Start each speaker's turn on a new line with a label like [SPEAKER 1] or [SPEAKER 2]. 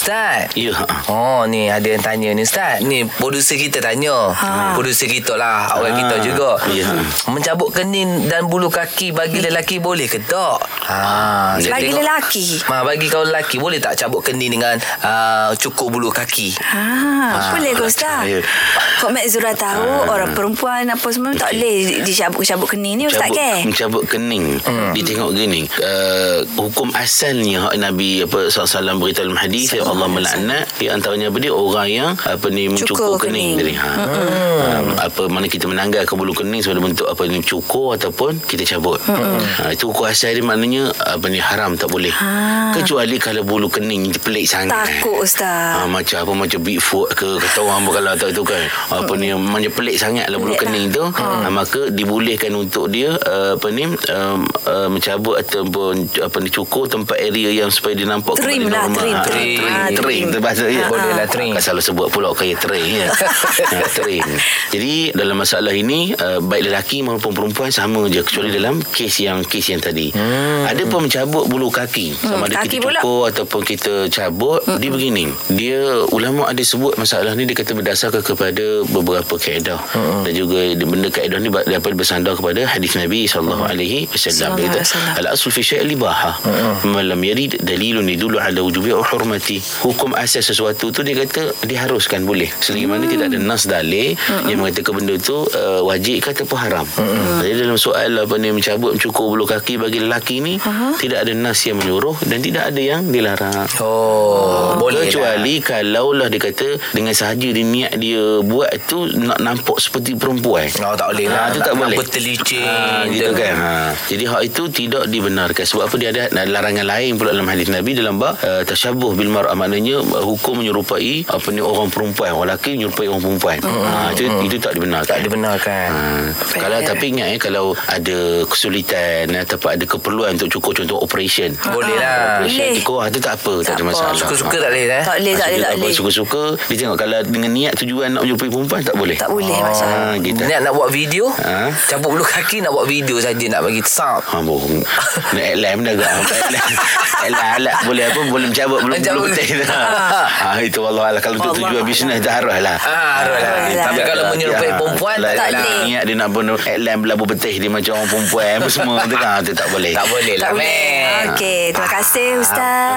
[SPEAKER 1] Ustaz
[SPEAKER 2] Ya.
[SPEAKER 1] Oh ni ada yang tanya ni Ustaz Ni producer kita tanya ha. Producer kita lah Orang
[SPEAKER 2] Ha.
[SPEAKER 1] kita juga
[SPEAKER 2] Ya.
[SPEAKER 1] Mencabut kening dan bulu kaki Bagi lelaki boleh ke tak? Ha. dia
[SPEAKER 3] Bagi
[SPEAKER 1] tengok-
[SPEAKER 3] lelaki.
[SPEAKER 1] Ma, bagi kau lelaki Boleh tak cabut kening dengan uh, Cukur bulu kaki?
[SPEAKER 3] Ha, boleh ke Ustaz?
[SPEAKER 2] Ya.
[SPEAKER 3] Kok Mek Zura tahu orang perempuan apa semua tak boleh dicabut-cabut kening ni Ustaz
[SPEAKER 2] Mencabut- Mencabut
[SPEAKER 3] ke?
[SPEAKER 2] kening hmm. Dia tengok gini uh, Hukum asalnya hak Nabi apa, SAW beritahu dalam hadis Yang Allah melaknat Di antaranya apa dia Orang yang apa ni
[SPEAKER 3] Cukur
[SPEAKER 2] Mencukur kening, kening.
[SPEAKER 3] kening.
[SPEAKER 2] Ha. Hmm. Apa mana kita menanggal ke bulu kening Sebagai bentuk apa ni Cukur ataupun Kita cabut hmm. ha, Itu hukum asal dia maknanya Apa ni haram tak boleh ha. Kecuali kalau bulu kening Pelik sangat
[SPEAKER 3] Takut
[SPEAKER 2] Ha,
[SPEAKER 3] Ustaz.
[SPEAKER 2] macam apa macam Bigfoot ke kata orang apa kalau tak itu kan apa ni macam pelik sangat lah bulu
[SPEAKER 3] Pelik
[SPEAKER 2] kening tu ha. maka dibolehkan untuk dia uh, apa ni um, uh, mencabut ataupun apa ni cukur tempat area yang supaya dia nampak
[SPEAKER 3] Trim
[SPEAKER 2] kepada
[SPEAKER 3] lah,
[SPEAKER 2] normal.
[SPEAKER 3] trim,
[SPEAKER 2] Ha,
[SPEAKER 3] trim,
[SPEAKER 1] ah,
[SPEAKER 2] trim
[SPEAKER 1] trim.
[SPEAKER 2] trim tu bahasa dia
[SPEAKER 1] Ha, Boleh lah, ha. trim.
[SPEAKER 2] Kan selalu sebut pula kaya trim ya ha, trim jadi dalam masalah ini uh, baik lelaki maupun perempuan sama je kecuali dalam kes yang kes yang tadi hmm. ada pun mencabut bulu kaki sama
[SPEAKER 3] Hmm,
[SPEAKER 2] ada
[SPEAKER 3] kaki
[SPEAKER 2] kita
[SPEAKER 3] pula. Hmm.
[SPEAKER 2] cukur Oh, ataupun kita cabut mm-hmm. dia begini dia ulama ada sebut masalah ni dia kata berdasarkan kepada beberapa kaedah
[SPEAKER 3] Hmm.
[SPEAKER 2] mm-hmm. dan juga dia- benda kaedah ni ba- dapat bersandar kepada hadis Nabi sallallahu alaihi wasallam dia kata
[SPEAKER 3] Wasallam.
[SPEAKER 2] al aslu fi syai' libaha man lam yarid dalilun yadullu ala wujubi aw hurmati hukum asas sesuatu tu dia kata diharuskan boleh selagi mana tidak
[SPEAKER 1] Mm.
[SPEAKER 2] ada nas dalil yang mengatakan benda tu uh, wajib ke ataupun haram jadi dalam soal apa ni mencabut mencukur bulu kaki bagi lelaki ni tidak ada nas yang menyuruh dan tidak ada yang dilarang
[SPEAKER 1] Oh, boleh
[SPEAKER 2] Kecuali lah. kalaulah dia kata dengan sahaja dia niat dia buat tu nak nampak seperti perempuan.
[SPEAKER 1] lah. Oh, tak boleh lah
[SPEAKER 2] Ha, tu tak boleh.
[SPEAKER 1] Bertelicin
[SPEAKER 3] Ah,
[SPEAKER 2] Ha, gitu kan. Ha. Jadi hak itu tidak dibenarkan sebab apa dia ada larangan lain pula dalam hadis Nabi dalam bab uh, tasyabuh bil mar'ah maknanya uh, hukum menyerupai apa ni orang perempuan, orang lelaki menyerupai orang perempuan.
[SPEAKER 3] Hmm,
[SPEAKER 2] Ha, itu, itu tak dibenarkan.
[SPEAKER 1] Tak dibenarkan
[SPEAKER 2] Ha.
[SPEAKER 3] Fair.
[SPEAKER 2] Kalau tapi ingat eh kalau ada kesulitan eh, ataupun ada keperluan untuk cukur contoh operation.
[SPEAKER 1] Boleh lah
[SPEAKER 2] Operation
[SPEAKER 3] Ah, Boleh.
[SPEAKER 2] cukur ah, tu tak apa, tak,
[SPEAKER 3] Tak
[SPEAKER 2] ada
[SPEAKER 3] apa.
[SPEAKER 2] masalah.
[SPEAKER 1] Suka-suka tak boleh eh
[SPEAKER 3] Tak boleh, tak boleh, tak
[SPEAKER 2] Maksudnya
[SPEAKER 3] boleh.
[SPEAKER 2] Suka-suka Dia tengok Kalau dengan niat tujuan Nak menjumpai perempuan Tak boleh
[SPEAKER 3] Tak boleh masalah.
[SPEAKER 2] ha, Kita
[SPEAKER 1] Niat nak buat video ha?
[SPEAKER 2] Ha?
[SPEAKER 1] Cabut bulu kaki Nak buat video saja Nak bagi sub
[SPEAKER 2] Ha, bohong. Nak alam dah agak. Alat-alat boleh apa boleh mencabut belum
[SPEAKER 1] Mencabut.
[SPEAKER 2] belum betul. Ha itu Allah Allah kalau untuk
[SPEAKER 3] Wallah.
[SPEAKER 2] tujuan bisnes dah arah lah.
[SPEAKER 1] Ah, arah lah.
[SPEAKER 2] dia
[SPEAKER 3] Tapi
[SPEAKER 2] tak-
[SPEAKER 1] kalau
[SPEAKER 2] tak-
[SPEAKER 1] menyerupai
[SPEAKER 2] ah,
[SPEAKER 1] perempuan,
[SPEAKER 2] lah,
[SPEAKER 3] tak
[SPEAKER 2] dia
[SPEAKER 3] boleh.
[SPEAKER 2] Niat dia nak bunuh alam belabu betih dia macam orang perempuan apa semua tu kan. Ah, tu tak boleh.
[SPEAKER 1] Tak boleh
[SPEAKER 3] Tak
[SPEAKER 1] lah
[SPEAKER 3] boleh.
[SPEAKER 1] man
[SPEAKER 3] Eh. Ah. Okey, terima kasih Ustaz.